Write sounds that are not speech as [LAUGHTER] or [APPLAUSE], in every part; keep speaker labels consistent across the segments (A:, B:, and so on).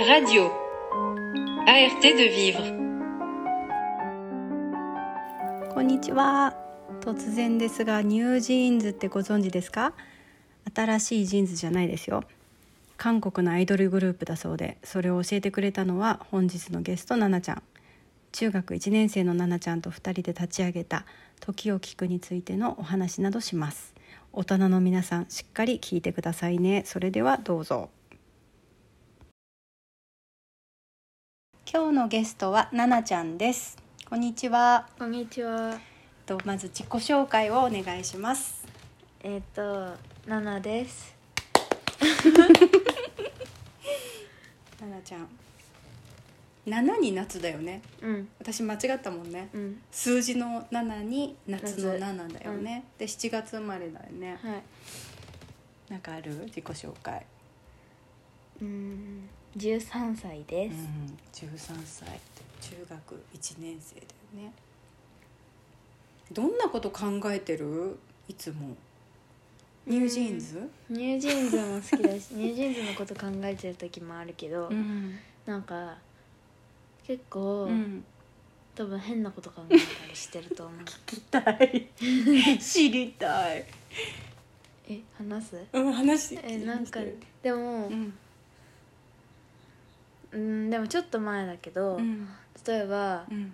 A: Radio. ART de vivre.
B: こんにちは突然ですがニュージーンズってご存知ですか新しいジーンズじゃないですよ韓国のアイドルグループだそうでそれを教えてくれたのは本日のゲストななちゃん中学1年生のななちゃんと2人で立ち上げた「時を聞く」についてのお話などします大人の皆さんしっかり聞いてくださいねそれではどうぞ今日のゲストはななちゃんですこんにちは
C: こんにちは。
B: とまず自己紹介をお願いします。
C: えっ、と、ナナです。
B: ななちゃん。七に夏だよね。
C: うん、
B: 私間違ったもんね。
C: うん、
B: 数字の七に夏の
C: 夏
B: 七だよね。で七月生まれだよね。
C: はい。
B: なんかある自己紹介。
C: うん、十三歳で
B: う
C: す。
B: ん、十三歳中学一年生だよね。どんなこと考えてる？いつも。ニュージーンズ？
C: ニュージーンズも好きだし、 [LAUGHS] ニュージーンズのこと考えてる時もあるけど、
B: ん。
C: なんか結構、
B: うん。
C: 多分変なこと考えたりしてると思う。
B: 聞きたい。 [LAUGHS] 知りたい。
C: え、話す？
B: うん、話
C: え、なんか
B: う
C: でも、
B: ん、
C: うん、でもちょっと前だけど、
B: うん、
C: 例えば
B: う、ん、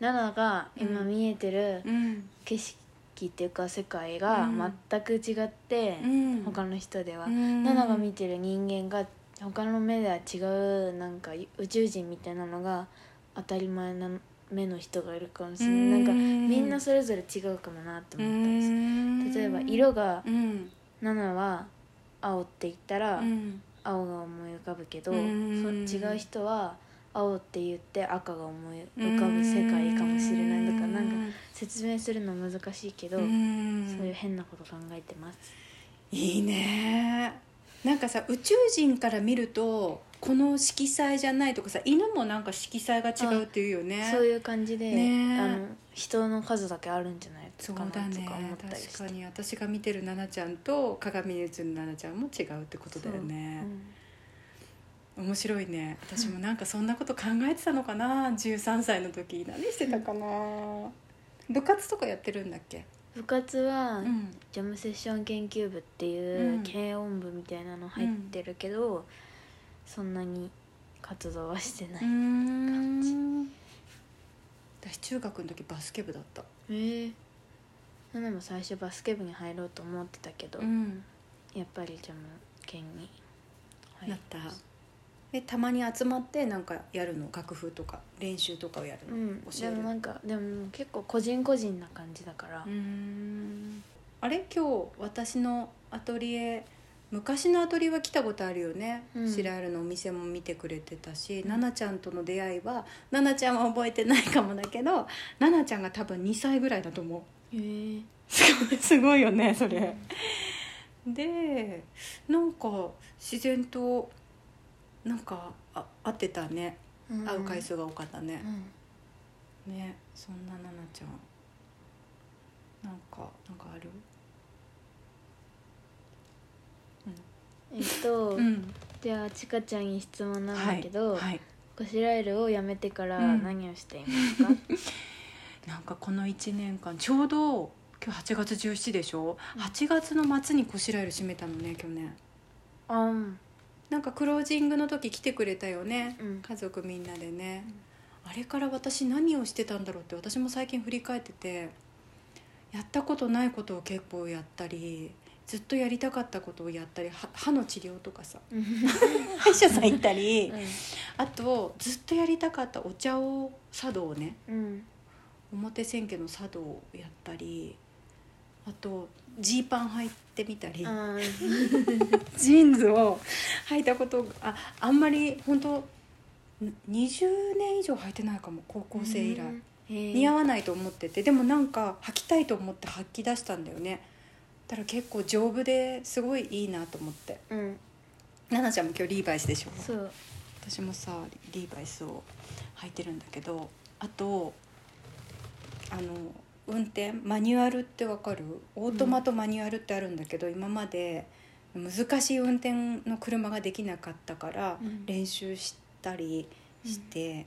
C: ナナが今
B: うん
C: 見えてる
B: うん、
C: 景色っていうか世界が
B: うん
C: 全く違って、
B: うん
C: 他の人では。
B: うん、
C: ナナが見てる人間が他の目では違うなんか宇宙人みたいなのが当たり前な目の人がいるかもしれないなんか
B: うん
C: みんなそれぞれ違うかもなって
B: う
C: 思ったん
B: ん
C: です例えば色が
B: うん、
C: ナナは青って言ったら
B: うん、
C: 青が思い浮かぶけど
B: う
C: そ
B: ん
C: 違う人は青って言って赤が思い浮かぶ世界かもしれないだからなんか説明するの難しいけど
B: う、
C: そうんいう変なこと考えてます
B: いいねなんかさ宇宙人から見るとこの色彩じゃないとかさ犬もなんか色彩が違うっていうよね
C: そういう感じで、
B: ねえ
C: あの人の数だけあるんじゃない
B: そ
C: か
B: う
C: なとか
B: だね
C: 思ったりして
B: 確かに私が見てる奈々ちゃんと鏡に映る奈々ちゃんも違うってことだよね、面白いね私もなんかそんなこと考えてたのかな13歳の時何してたかな部活とかやってるんだっけ
C: うん部活は、
B: うん
C: ジャムセッション研究部って
B: う
C: い
B: ん
C: う軽音部みたいなの入ってるけど、そんなに活動はしてない、
B: ん私中学の時バスケ部だった
C: ええナナも最初バスケ部に入ろうと思ってたけど、
B: ん
C: やっぱりジャム研に入
B: なったえたまに集まってなんかやるの楽譜とか練習とかをやる
C: う
B: の、
C: ん、
B: 教
C: で
B: える
C: もなんかでも結構個人個人な感じだから、
B: んあれ今日私のアトリエ昔のアトリエは来たことあるよね、
C: うん
B: シラールのお店も見てくれてたし、
C: うん
B: ナナちゃんとの出会いはナナちゃんは覚えてないかもだけどナナちゃんが多分2歳ぐらいだと思う [LAUGHS]
C: ええ
B: すごいすごいよねそれでなんか自然となんかあ会ってたね
C: うん
B: 会う回数が多かったね
C: う、ん
B: ねそんな奈々ちゃんなんかなんかある
C: えっと、
B: ん
C: じゃあちかちゃんに質問なん
B: は
C: だ
B: い
C: けど、
B: はい、
C: コシライルを辞めてから
B: うん
C: 何をしています
B: [LAUGHS]
C: か、
B: なんかこの1年間ちょうど今日8月17でしょ8月の末にこしらえる閉めたのね去年
C: あうん
B: なんかクロージングの時来てくれたよね、
C: うん
B: 家族みんなでね、あれから私何をしてたんだろうって私も最近振り返っててやったことないことを結構やったりずっとやりたかったことをやったりは歯の治療とかさ
C: うん
B: 歯医者さん行った [LAUGHS] りあとずっとやりたかったお茶を茶道をね
C: うん
B: 表千家の茶道をやったりあとジーパン履いてみたり、
C: あ
B: ジーンズを履いたことああんまり本当ん20年以上履いてないかも高校生以来、似
C: 似
B: 合
C: わ
B: わないと思っててでもなんか履きたいと思って履き出したんだよねだから結構丈夫ですごいいいなと思って
C: うん
B: 奈々ちゃんも今日リーバイスでしょ
C: そう
B: 私もさリーバイスを履いてるんだけどあとあの運転マニュアルってわかるオートマとマニュアルってあるんだけど、今まで難しい運転の車ができなかったから
C: うん
B: 練習しったりして、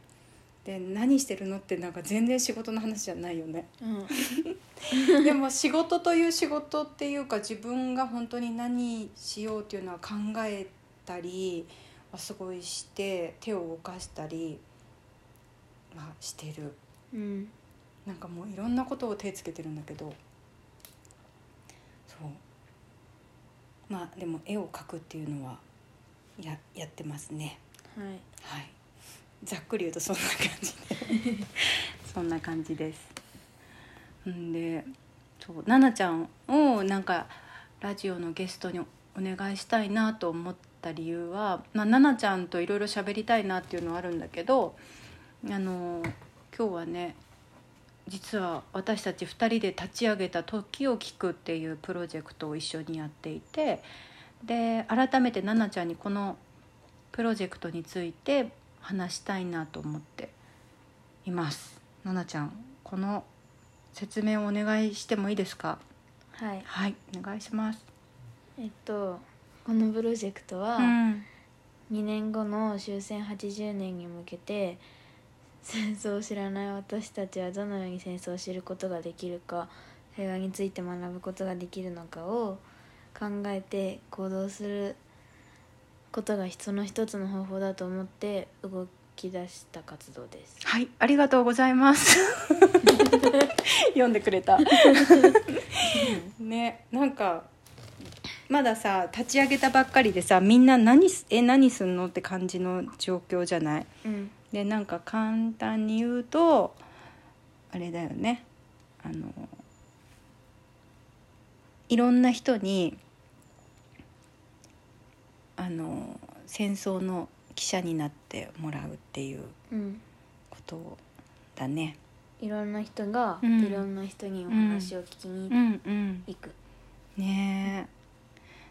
B: で何してるのってなんか全然仕事の話じゃないよね
C: うん
B: でも仕事という仕事っていうか自分が本当に何しようっていうのは考えたりはすごいして手を動かしたり、まあ、してる
C: うん
B: なんかもういろんなことを手つけてるんだけどそうまあでも絵を描くっていうのはややってますね
C: はい
B: はいざっくり言うとそんな感じでそんな感じですんでそう奈々ちゃんをなんかラジオのゲストにお願いしたいなと思った理由は、まあ、奈々ちゃんといろいろ喋りたいなっていうのはあるんだけどあの今日はね実は私たち2人で立ち上げた「時を聞く」っていうプロジェクトを一緒にやっていてで改めて奈々ちゃんにこのプロジェクトについて話したいなと思っています。奈々ちゃんこの説明をお願いしてもいいですか
C: はい
B: はいお願いします。
C: えっとこのプロジェクトは、
B: うん
C: 2年後の終戦80年に向けて戦争を知らない私たちはどのように戦争を知ることができるか平和について学ぶことができるのかを考えて行動することがその一つの方法だと思って動き出した活動です。
B: はい、ありがとうござい [LAUGHS] ます。読んでくれた。ね、なんか。まださ、立ち上げたばっかりでさ、みんな何す、え、何すんのって感じの状況じゃない。
C: うん、
B: で、なんか簡単に言うと。あれだよね。あの。いろんな人に。あの、戦争の記者になってもらうっていう。
C: うん、
B: ことだね。
C: いろんな人が、
B: うん
C: いろんな人にお話を聞きに
B: んうん。
C: 行く。
B: ね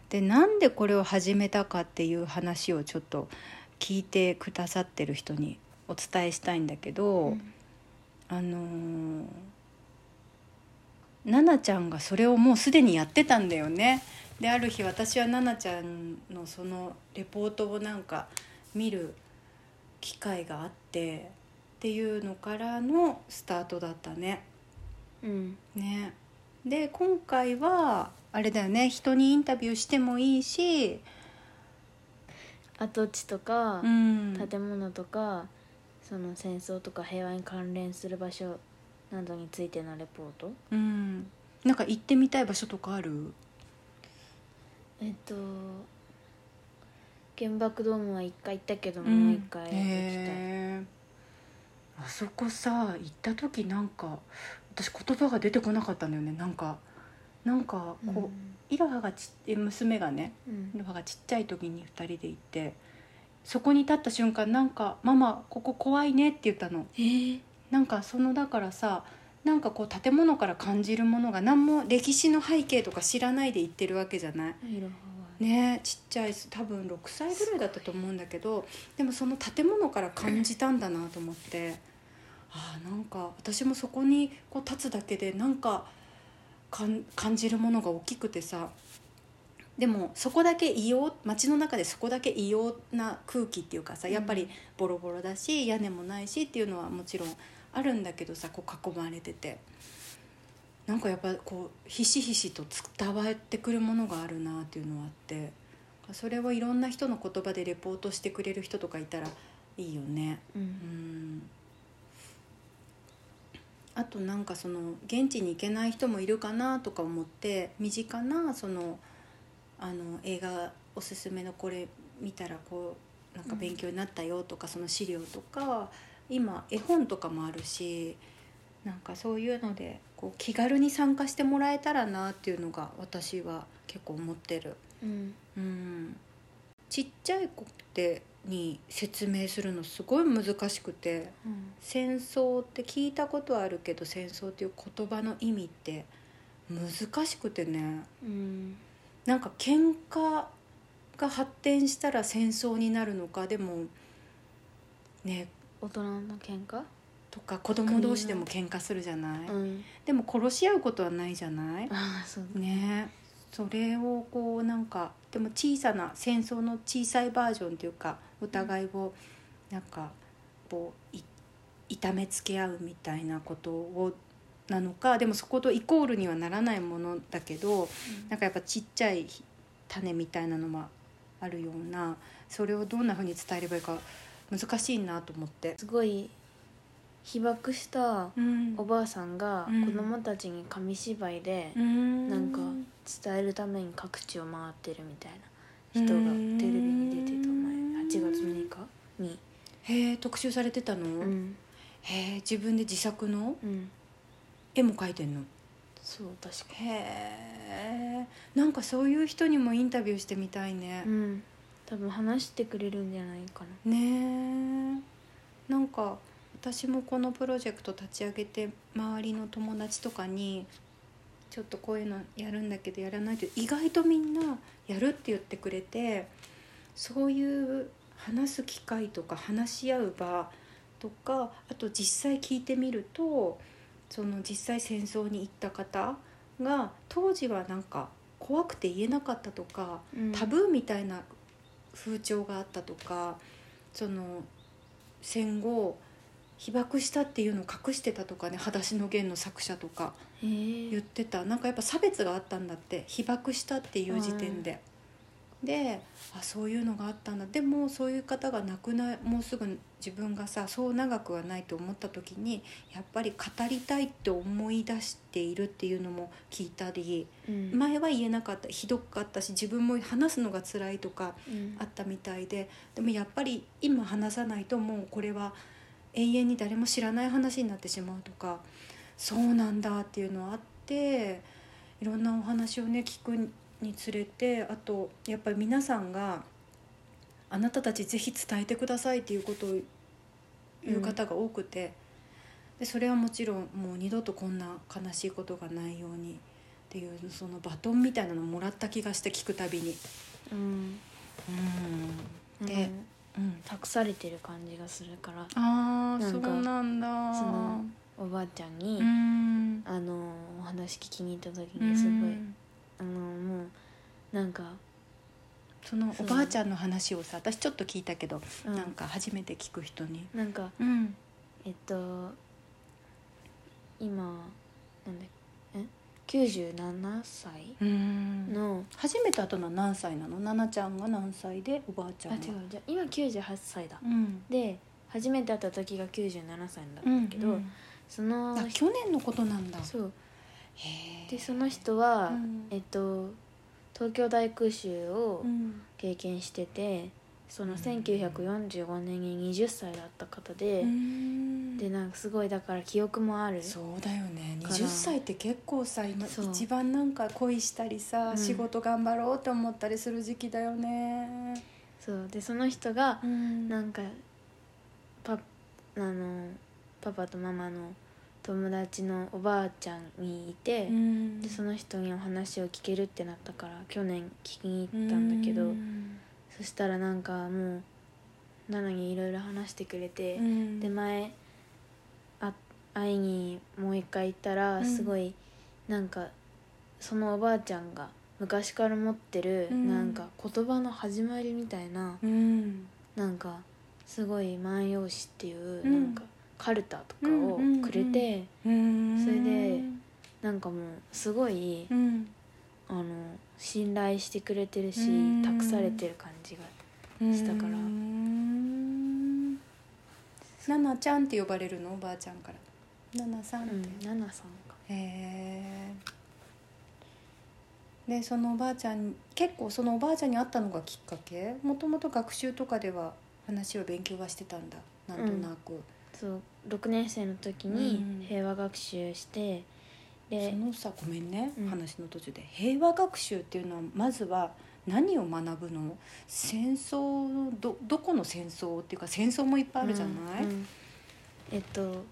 B: え。でなんでこれを始めたかっていう話をちょっと聞いてくださってる人にお伝えしたいんだけど、
C: うん
B: あのー奈々ちゃんがそれをもうすでにやってたんだよね。である日私は奈々ちゃんのそのレポートをなんか見る機会があってっていうのからのスタートだったね。
C: うん、
B: ねで今回はあれだよね人にインタビューしてもいいし、
C: 跡地とか、
B: ん
C: 建物とかその戦争とか平和に関連する場所などについてのレポート
B: うん、なんか行ってみたい場所とかある
C: えっと原爆ドームは1回行ったけど、もう1回行きたい、
B: へーあそこさ行った時なんか私言葉が出てこなかったんだよねなんかなんかこう、イロハがちっ娘がね
C: うんうん
B: イロハがちっちゃい時に2人で行ってそこに立った瞬間なんか「ママここ怖いね」って言ったの。
C: えー
B: なんかそのだからさなんかこう建物から感じるものが何も歴史の背景とか知らないで行ってるわけじゃない
C: いろはわ
B: ねえちっちゃい多分6歳ぐらいだったと思うんだけどでもその建物から感じたんだなと思ってああなんか私もそこにこう立つだけでなんかかん感じるものが大きくてさでもそこだけ異様街の中でそこだけ異様な空気っていうかさやっぱりボロボロだし屋根もないしっていうのはもちろんあるんだけどさこう囲まれててなんかやっぱこうひしひしと伝わってくるものがあるなっていうのはあってそれをいろんな人の言葉でレポートしてくれる人とかいたらいいよね。
C: う
B: うんんあとなんかその現地に行けない人もいるかなとか思って身近なそのあの映画おすすめのこれ見たらこうなんか勉強になったよとか、その資料とか今絵本とかもあるしなんかそういうのでこう気軽に参加してもらえたらなっていうのが私は結構思ってる。
C: うん
B: うん、ちっちゃい子ってに説明するのすごい難しくて
C: うん
B: 戦争って聞いたことはあるけど戦争っていう言葉の意味って難しくてね
C: うん
B: なんか喧嘩が発展したら戦争になるのかでもね
C: 大人の喧嘩
B: とか子供同士でも喧嘩するじゃない、
C: うん
B: でも殺し合うことはないじゃない
C: ああそう
B: ねそれをこうなんかでも小さな戦争の小さいバージョンというかお互いをなんかこうい痛めつけ合うみたいなことをなのかでもそことイコールにはならないものだけど、なんかやっぱちっちゃい種みたいなのもあるようなそれをどんなふうに伝えればいいか難しいなと思って。
C: すごい被爆した
B: うん
C: おばあさんが
B: うん
C: 子供たちに紙芝居で
B: うん
C: なんか伝えるために各地を回ってるみたいな人がテレビに出てた
B: う
C: 前
B: ん
C: 8月6日に
B: へえ特集されてたの、
C: うん
B: へえ自分で自作の
C: うん
B: 絵も描いてんの
C: そう確か
B: へえんかそういう人にもインタビューしてみたいね
C: う、ん多分話してくれるんじゃないかな
B: ねえなんか私もこのプロジェクト立ち上げて周りの友達とかにちょっとこういうのやるんだけどやらないと意外とみんなやるって言ってくれてそういう話す機会とか話し合う場とかあと実際聞いてみるとその実際戦争に行った方が当時はなんか怖くて言えなかったとか
C: うん
B: タブーみたいな風潮があったとかその戦後被爆したっていうのを隠してたとかね「裸足の弦」の作者とか
C: へえ
B: 言ってたなんかやっぱ差別があったんだって被爆したっていう時点で。であそういうのがあったんだでもそういう方が亡くなもうすぐ自分がさそう長くはないと思った時にやっぱり語りたいって思い出しているっていうのも聞いたり
C: うん
B: 前は言えなかったひどかったし自分も話すのが辛いとか
C: うん
B: あったみたいででもやっぱり今話さないともうこれは永遠に誰も知らない話になってしまうとかそうなんだっていうのはあっていろんなお話をね聞くにつれてあとやっぱり皆さんが「あなたたちぜひ伝えてください」っていうことを言う方が多くて、でそれはもちろんもう二度とこんな悲しいことがないようにっていうそのバトンみたいなのもらった気がして聞くたびに。
C: うん
B: うんで、
C: なんか
B: うん、
C: 託されてる感じがするから
B: ああ
C: な
B: そ
C: んか
B: うなんだ
C: そのおばあちゃんに、
B: うん
C: あのお話聞きに行った時にすごい、
B: うん
C: あのもうなんか、
B: その
C: そ
B: お
C: う
B: ばあちゃんの話をさ私ちょっと聞いたけど、
C: うん
B: なんか初めて聞く人に
C: なんか
B: うん
C: えっと今なんだえ97歳
B: うん
C: の、
B: 初めて会ったのは何歳なのななちゃんが何歳でおばあちゃん
C: あ違
B: は
C: うじゃあ今98歳だ、
B: うん
C: で初めて会った時が97歳だっ
B: う
C: た
B: ん
C: んだけど、
B: うん
C: その
B: あ去年のことなんだ
C: そう
B: へえ
C: でその人は、
B: うん
C: えっと東京大空襲を
B: うん
C: 経験しててその
B: うん
C: 1945年に20歳だった方で、
B: うん
C: でなんかすごいだから記憶もある
B: そうだよね
C: から
B: 20歳って結構さ今
C: そう
B: 一番なんか恋したりさ、
C: うん
B: 仕事頑張ろうって思ったりする時期だよね、
C: そうでその人が
B: うん
C: なんかパあのパパとママの友達のおばあちゃんにいて、
B: うん
C: でその人にお話を聞けるってなったから去年聞きに行ったんだけど、
B: うん
C: そしたらなんかもうなのにいろいろ話してくれて。
B: うん
C: で前あ会いにもう一回行った
B: う
C: ら
B: ん
C: すごいなんかそのおばあちゃんが昔から持ってる
B: うん
C: なんか言葉の始まりみたいな
B: うん
C: なんかすごい「万葉集」っていううんなんかカルタとかを
B: うん
C: くれて
B: うん
C: それでなんかもうすごい
B: うん
C: あの信頼してくれてる
B: うん
C: し託されてる感じがしたから
B: うんナナちゃんって呼ばれるのおばあちゃんからナナさん
C: う
B: って、
C: んナナさんか
B: へえでそのおばあちゃん結構そのおばあちゃんに会ったのがきっかけもともと学習とかでは話を勉強はしてたんだなんとなく、
C: そう6年生の時
B: うん
C: に平和学習してで
B: そのさごめんね、
C: うん
B: 話の途中で平和学習っていうのはまずは何を学ぶの戦争のどどこの戦争っていうか戦争もいっぱいあるじゃない、
C: うんうんえっと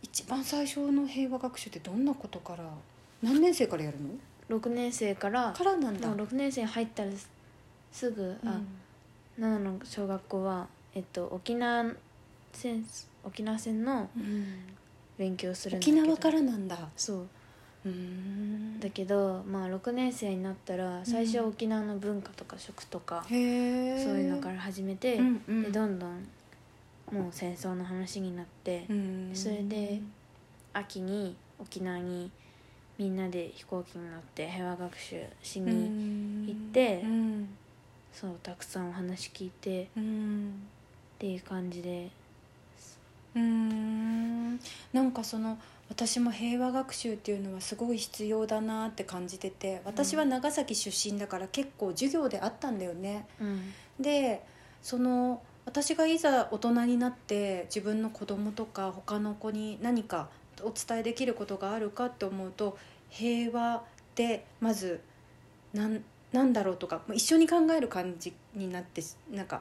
B: 一番最初の平和学習ってどんなことから何年生からやるの
C: 6年生から
B: からなんだ、
C: もう6年生入ったらすすぐ、あ長野の小学校は、えっと、沖縄戦沖縄戦の
B: うん
C: 勉強するんだけ
B: 沖
C: ど
B: 縄からなんだ
C: そう
B: うーん
C: だけど、まあ、6年生になったら最初は
B: うん
C: 沖縄の文化とか食とか、
B: へえ
C: そういうのから始めて、
B: うんうん
C: でどんどんもう戦争の話になって、
B: うん
C: それで秋に沖縄にみんなで飛行機に乗って平和学習しに、
B: 行
C: って
B: うん
C: そうたくさんお話聞いてっ
B: うん
C: ていう感じで
B: うーんなんかその私も平和学習っていうのはすごい必要だなって感じてて私は長崎出身だから結構授業であったんだよね。
C: うん
B: でその私がいざ大人になって自分の子供とか他の子に何かお伝えできることがあるかって思うと平和ってまずなんなんだろうとかもう一緒に考える感じになってなんか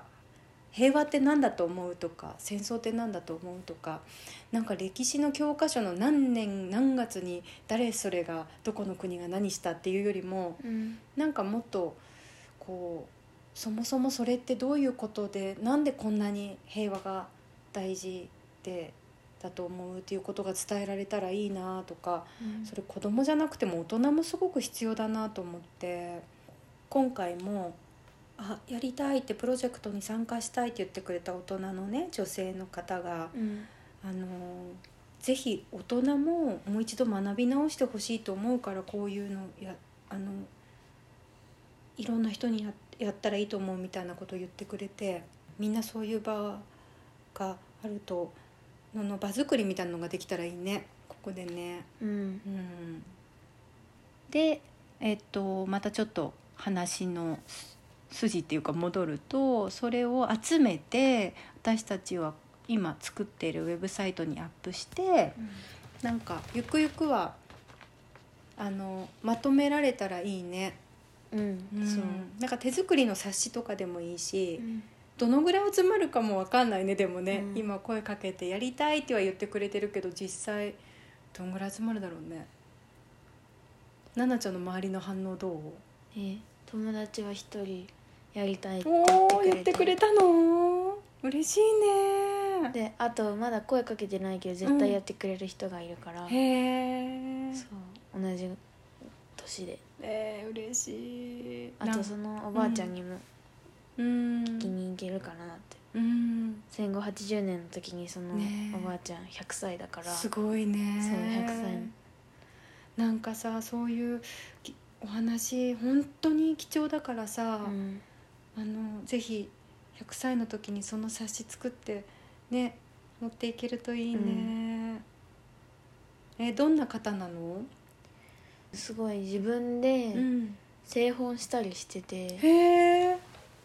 B: 平和って何だと思うとか戦争って何だと思うとかなんか歴史の教科書の何年何月に誰それがどこの国が何したっていうよりも
C: うん
B: なんかもっとこうそもそもそれってどういうことでなんでこんなに平和が大事でだと思うっていうことが伝えられたらいいなとかそれ子供じゃなくても大人もすごく必要だなと思って今回もあやりたいってプロジェクトに参加したいって言ってくれた大人のね女性の方が
C: うん
B: あのぜひ大人ももう一度学び直してほしいと思うからこういうのやあのいろんな人にややったらいいと思うみたいなことを言ってくれてみんなそういう場があるとのの場作りみたいなのができたらいいねここでね。
C: うん
B: うん、
D: で、えっと、またちょっと話のす筋っていうか戻るとそれを集めて私たちは今作っているウェブサイトにアップして
B: なんかゆくゆくはあのまとめられたらいいね、
C: うん
B: うん
C: そう
B: なんか手作りの冊子とかでもいいし、
C: うん
B: どのぐらい集まるかもわかんないねでもね、
C: うん
B: 今声かけてやりたいっては言ってくれてるけど実際どんぐらい集まるだろうね奈々ちゃんの周りの反応どう
C: え友達は一人やりたいって
B: おお
C: 言
B: 言っ
C: ってて
B: く
C: く
B: れ
C: れて
B: たの嬉しいね
C: であとまだ声かけてないけど絶対やってくれる人がいるから、
B: へえ
C: そう同じ年で
B: えー、嬉しい
C: あ
B: なん
C: とそのおばあちゃんにも
B: うん
C: 聞きに行けるかなって、
B: うん
C: 戦後80年の時にその
B: ねえ
C: おばあちゃん100歳だから、
B: すごいね
C: そう100歳
B: なんかさそういうきお話本当に貴重だからさ、
C: うん
B: あのぜひ100歳の時にその冊子作ってね持っていけるといいね、えどんな方なの、
C: すごい自分で
B: ん、
C: 製本したりしてて、
B: へえ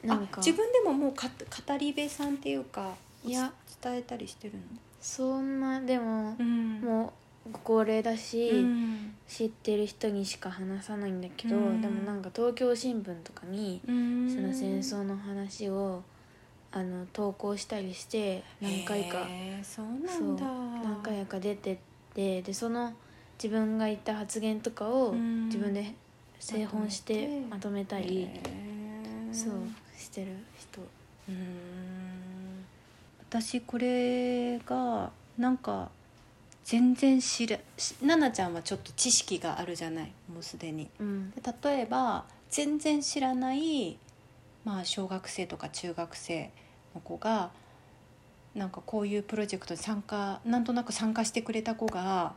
C: なんか
B: 自分でももうか語り部さんっていうか
C: いや
B: つ伝えたりしてるの、
C: そんなでも、
B: んも
C: もうご高齢だ
B: う
C: し、
B: うん
C: 知ってる人にしか話さないんだけど、
B: うん
C: でもなんか東京新聞とかに、
B: うん
C: その戦争の話をあの投稿したりして何回か
B: へえそうな
C: そ
B: ん
C: う
B: だ
C: 何回か出てってでその自分が言った発言とかを
B: うん
C: 自分で製本して
B: ま
C: まとめたり、
B: へえ
C: そうしてる人
B: うん
D: 私これがなんか全然知らし
B: 奈々ちゃんはちょっと知識があるじゃないもうすでに
C: うん
D: で例えば全然知らない、
B: まあ、小学生とか中学生の子がなんかこういうプロジェクトに参加なんとなく参加してくれた子が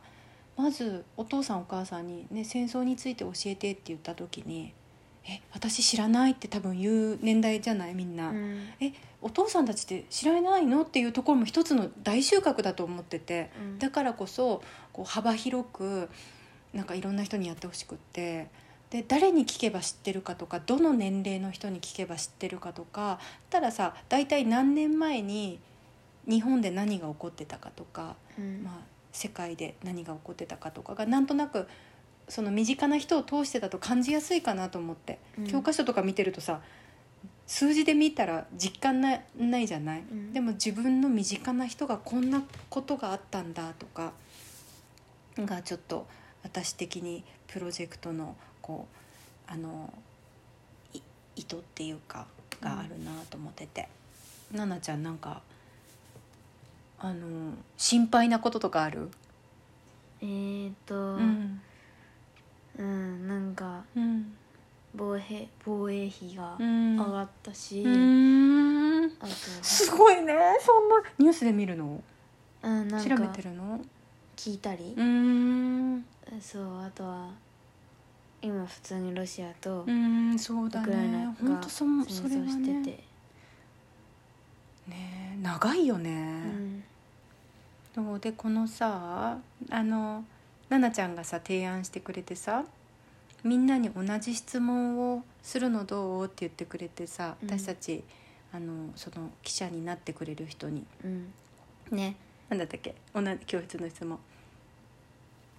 B: まずお父さんお母さんに、ね「戦争について教えて」って言った時に「え私知らない」って多分言う年代じゃないみんな、
C: うん
B: お父さんたちって知らないのっていうところも一つの大収穫だと思ってて
C: うん
B: だからこそこう幅広くなんかいろんな人にやってほしくってで誰に聞けば知ってるかとかどの年齢の人に聞けば知ってるかとかたらさ大体何年前に日本で何が起こってたかとか、
C: うん
B: まあ、世界で何が起こってたかとかがなんとなくその身近な人を通してだと感じやすいかなと思って、
C: うん
B: 教科書とか見てるとさ数字で見たら実感なないじゃない、
C: うん
B: でも自分の身近な人がこんなことがあったんだとかがちょっと私的にプロジェクトのこうあのい意図っていうかがあるなと思ってて、奈々ちゃんなんかあの心配なこととかある、
C: えー、っと
B: う
C: うん、なんか
B: うん
C: 防衛防衛費が
B: うん
C: 上がったし、
B: うん
C: あと
B: すごいねそんなニュースで見るの
C: うんなん
B: 調べ
C: か
B: てるの
C: 聞いたり
B: うーんう
C: そうあとは今普通にロシアとウ
B: ーんそうだ
C: クライナ
B: ね本
C: が
B: 当そ
C: 戦
B: それは
C: 争してて
B: ねね長いよね
C: う、ん
B: そうでこのさあの奈々ちゃんがさ提案してくれてさみんなに同じ質問をするのどうって言ってくれてさ
C: うん
B: 私たち、あのその記者になってくれる人に
C: うん
B: ねなんだったっけ同じ教室の質問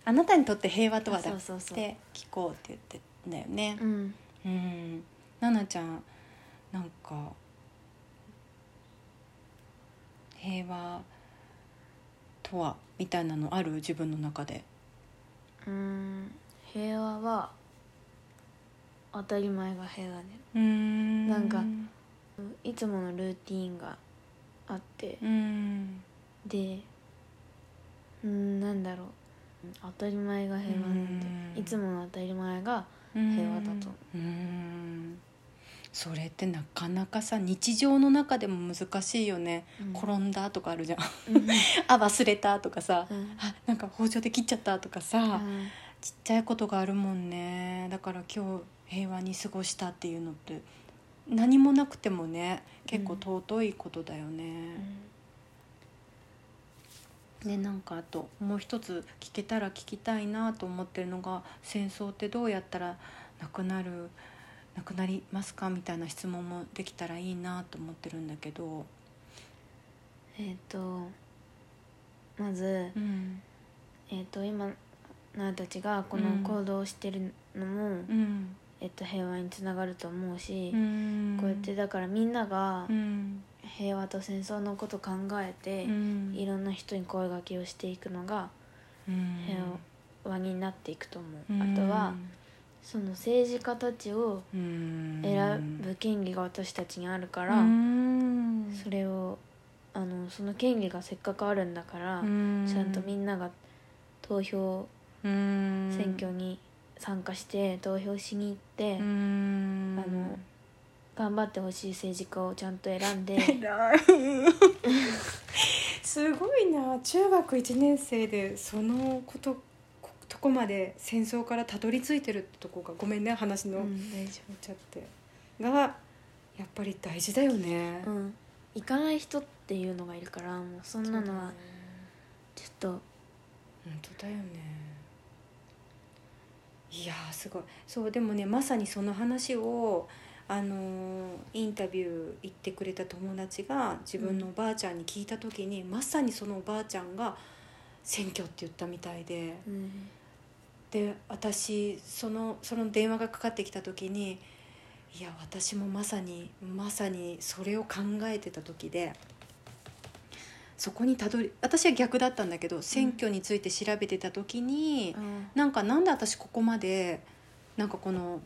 B: あなたにとって平和とはだ
C: あ
B: っ
C: そうそうそう
B: て聞こうって言ってんだよね
C: うん
B: うん奈々ちゃんなんか平和とはみたいなのある自分の中で
C: うん平和は当たり前が平和で
B: うん
C: なんかいつものルーティンがあって
B: うん
C: でうんなんだろう当たり前が平和なん
B: う
C: て
B: ん
C: いつもの当たり前が
B: 平
C: 和だと
B: うんそれってなかなかさ日常の中でも難しいよね、
C: うん
B: 転んだとかあるじゃん
C: うん
B: [LAUGHS] あ忘れたとかさ、
C: うん
B: あなんか包丁で切っちゃったとかさ、 [LAUGHS]
C: うん
B: ちっちゃいことがあるもんねだから今日平和に過ごしたっていうのって何もなくてもね結構尊いことだよね、でなんかあともう一つ聞けたら聞きたいなと思ってるのが戦争ってどうやったらなくなるなくなりますかみたいな質問もできたらいいなと思ってるんだけど、
C: えっ、とまず、
B: うん
C: えっと今なたちがこの
B: うん
C: 行動をしてるのも、
B: うん
C: えっと平和につながると思うし、
B: うん、
C: こうやってだからみんなが
B: うん、
C: 平和と戦争のこと考えて、
B: うん
C: いろんな人に声掛けをしていくのが
B: うん
C: 平和になっていくと思う、あとはその政治家たちを
B: うん
C: 選ぶ権利が私たちにあるから、
B: うん
C: それをあのその権利がせっかくあるんだから、ちゃんとみんなが投票
B: うん
C: 選挙に参加して投票しに行って、
B: うん
C: あの頑張ってほしい政治家をちゃんと選んで
B: 偉い [LAUGHS] すごいな中学1年生でそのことことこまで戦争からたどり着いてるってとこがごめんね話の、
C: うん大丈
B: 言っちゃってがやっぱり大事だよね
C: 夫、うん、行かない人っていうのがいるからもうそんなのはちょっと
B: 本当だよねいやーすごいそうでもねまさにその話をあのーインタビュー行ってくれた友達が自分のおばあちゃんに聞いた時に、まさにそのおばあちゃんが「選挙」って言ったみたいで
C: うん
B: で私そのその電話がかかってきた時にいや私もまさにまさにそれを考えてた時でそこにたどり私は逆だったんだけど選挙について調べてた時に、
C: うん
B: なんかなんで私ここまでなんかこの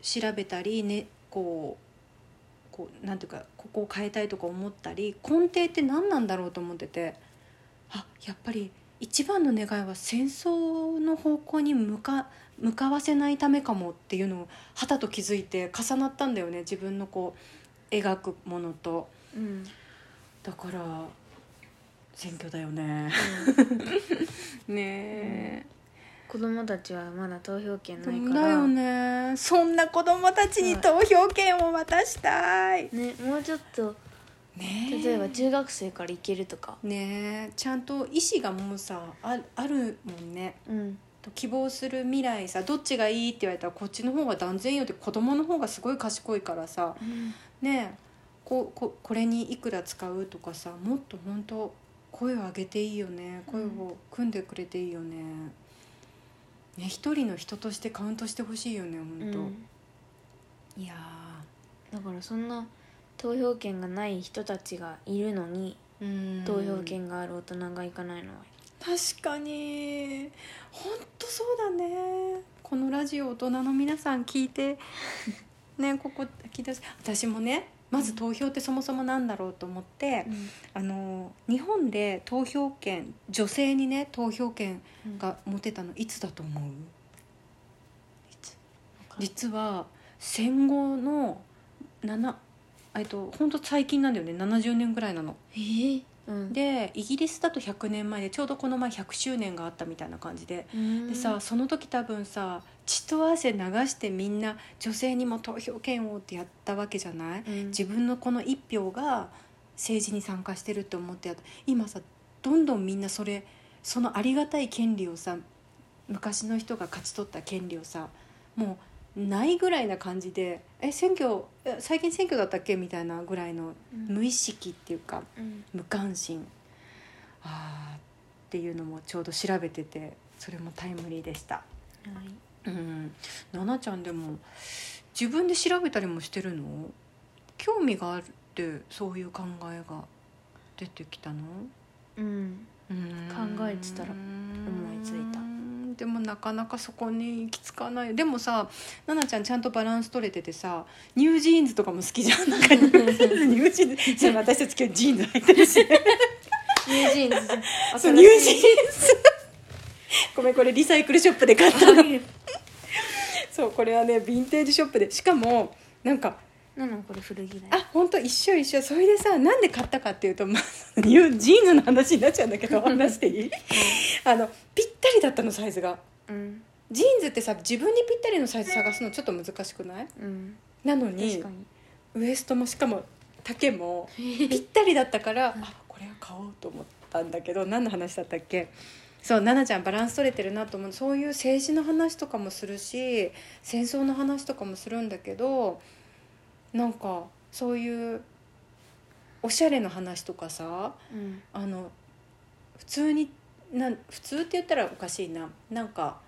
B: 調べたりねこう。こうなんていうかここを変えたいとか思ったり根底って何なんだろうと思っててあやっぱり一番の願いは戦争の方向に向か向かわせないためかもっていうのをはたと気づいて重なったんだよね自分のこう描くものと
C: うん
B: だから選挙だよねねえ、
C: 子供たちはまだ投票権ないから
B: だよねそんな子供たちに投票権を渡したい、
C: ねもうちょっと
B: ねえ
C: 例えば中学生から行けるとか、
B: ねえちゃんと意思がもうさああるもんね
C: うん、
B: 希望する未来さどっちがいいって言われたらこっちの方が断然よって子供の方がすごい賢いからさねえこここれにいくら使うとかさもっと本当声を上げていいよね声を組んでくれていいよね,、ね一人の人としてカウントしてほしいよね
C: う
B: 本当、
C: ん、
B: いや
C: だからそんな投票権がない人たちがいるのに
B: ーうん
C: 投票権がある大人が行かないのは
B: 確かに本当そうだねこのラジオ大人の皆さん聞いてねここ聞いてほしい私もねまず投票ってそもそもなんだろうと思って、あの日本で投票権女性にね投票権が持てたのいつだと思う、実は戦後の7えっと本当最近なんだよね70年ぐらいなの。
C: えー、うん
B: でイギリスだと100年前でちょうどこの前100周年があったみたいな感じで。でさその時多分さ血と汗流してみんな女性にも投票権をってやったわけじゃない
C: うん
B: 自分のこの一票が政治に参加してるって思ってやった今さどんどんみんなそれそのありがたい権利をさ昔の人が勝ち取った権利をさもうないぐらいな感じで「え選挙え最近選挙だったっけ?」みたいなぐらいの
C: うん
B: 無意識っていうか
C: うん
B: 無関心あーっていうのもちょうど調べててそれもタイムリーでした。
C: はい
B: うん、ななちゃんでも自分で調べたりもしてるの興味があるってそういう考えが出てきたの
C: うん
B: うん
C: 考えてたら思いついた
B: うんでもなかなかそこに行き着かないでもさななちゃんちゃんとバランス取れててさニュージーンズとかも好きじゃんなんかニュージーンズニュージーンズそれ私たち今日ジーンズ履いてるし
C: ニュージーンズじゃん
B: そうニュージーン
C: 新しい
B: ズ [LAUGHS] ごめんこれリサイクルショップで買ったのそうこれはねヴィンテージショップでしかもなんか
C: なのこれ古着だよ
B: あ本当一緒一緒それでさなんで買ったかっていうとまあニュージーンズの話になっちゃうんだけど話していいあのぴったりだったのサイズが
C: うん
B: ジーンズってさ自分にぴったりのサイズ探すのちょっと難しくない
C: うん
B: なの
C: 確
B: に
C: かに
B: ウエストもしかも丈もぴったりだったからあこれは買おうと思ったんだけど何の話だったっけそう奈々ちゃんバランス取れてるなと思うそういう政治の話とかもするし戦争の話とかもするんだけどなんかそういうおしゃれの話とかさ
C: うん
B: あの普通になん普通って言ったらおかしいななんか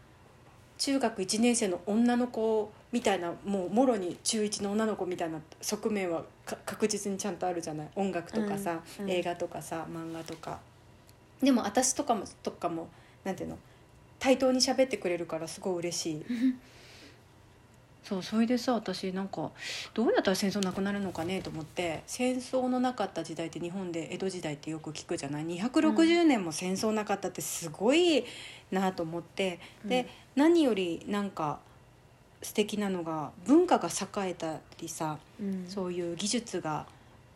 B: 中学1年生の女の子みたいなもうもろに中1の女の子みたいな側面はか確実にちゃんとあるじゃない音楽とかさ、
C: うんうん
B: 映画とかさ漫画とかでも私とかもとかもなんていうの対等に喋ってくれるからすごい嬉しいそうそれでさ私なんかどうやったら戦争なくなるのかねと思って戦争のなかった時代って日本で江戸時代ってよく聞くじゃない260年も戦争なかったってすごいなと思って、で何よりなんか素敵なのが文化が栄えたりさ
C: うん
B: そういう技術が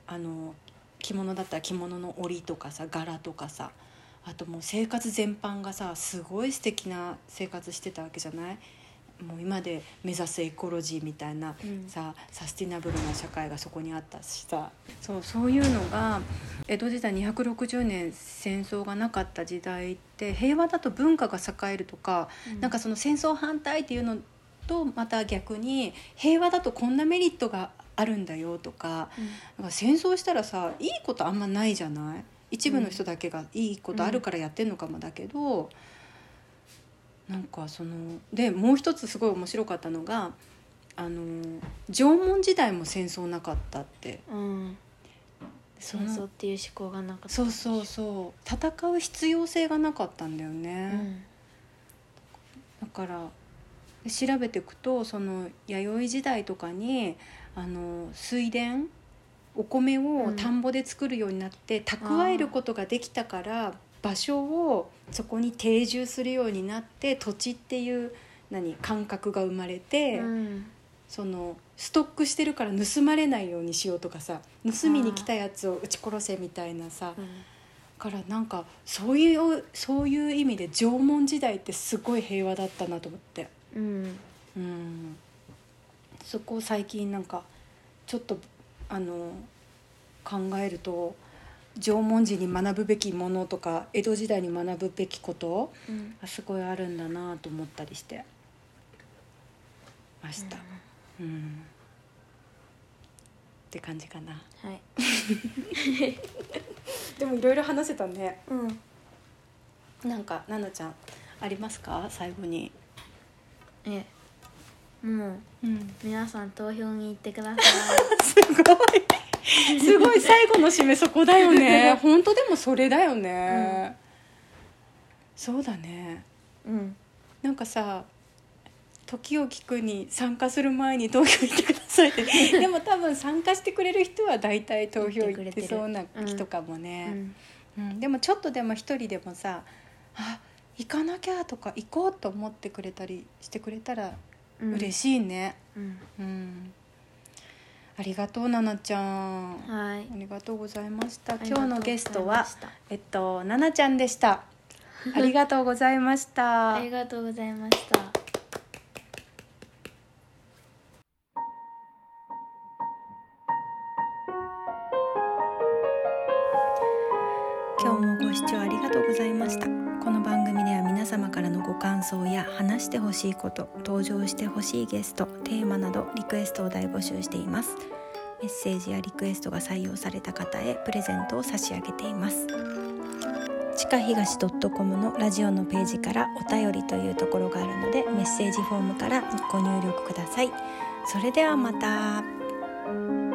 B: あの着物だったら着物の織りとかさ柄とかさあともう生活全般がさすごい素敵な生活してたわけじゃないもう今で目指すエコロジーみたいな
C: うん
B: さサスティナブルな社会がそこにあったしさそうそういうのが江戸時代260年戦争がなかった時代って平和だと文化が栄えるとかなんかその戦争反対っていうのとまた逆に平和だとこんなメリットがあるんだよとか
C: う
B: なんか戦争したらさいいことあんまないじゃない一部の人だけがいいことあるからやってんのかもだけど、なんかそのでもう一つすごい面白かったのがあの縄文時代も戦争なかったって
C: んうん
B: そ
C: 戦
B: の
C: 争っていう思考がなかった
B: そうそうそう戦う必要性がなかったんだよね。
C: う
B: だ
C: ん
B: からで調べていくとその弥生時代とかにあの水田お米を田んぼで作るようになって、蓄えることができたから場所をそこに定住するようになって土地っていう何感覚が生まれて、
C: うん
B: そのストックしてるから盗まれないようにしようとかさ盗みに来たやつを撃ち殺せみたいなさ、
C: うん
B: からなんかそういうそういう意味で縄文時代ってすごい平和だったなと思って
C: うん
B: うんそこを最近なんかちょっとあの考えると縄文時に学ぶべきものとか江戸時代に学ぶべきこと
C: うん
B: がすごいあるんだなと思ったりしてました、うんって感じかな
C: はい
B: でもいろいろ話せたね
C: うん
B: なんか奈々ちゃんありますか最後に。
C: えもう
B: うん、
C: 皆さん投票に行ってく
B: [LAUGHS]
C: ださ
B: すごいすごい最後の締めそこだよね [LAUGHS] 本当でもそれだよね、そうだね
C: いうん
B: なんかさ時を聞くに参加する前に投票行ってくださいって [LAUGHS] でも多分参加してくれる人は大体投票行ってそうな
C: 言ってくれてるうん
B: 気とかも
C: う
B: ね、
C: ん
B: うん、でもちょっとでも一人でもさ「あ行かなきゃ」とか「行こう」と思ってくれたりしてくれたら
C: うん
B: 嬉しいね、
C: うん
B: うん
E: ありがとうななちゃんあ
C: はい
E: りがとうございました
C: ありが
E: 今
C: とう
E: 日
C: ございま
E: のゲ
C: した
E: ストはえっとななちゃんでしたありがとうございました
C: ありがとうございました
B: 今日もご視聴ありがとうございましたこの番組では皆様からのご感想や話してほしいこと登場してほしいゲストテーマなどリクエストを大募集していますメッセージやリクエストが採用された方へプレゼントを差し上げています地下東 .com のラジオのページからお便りというところがあるのでメッセージフォームからご入力くださいそれではまた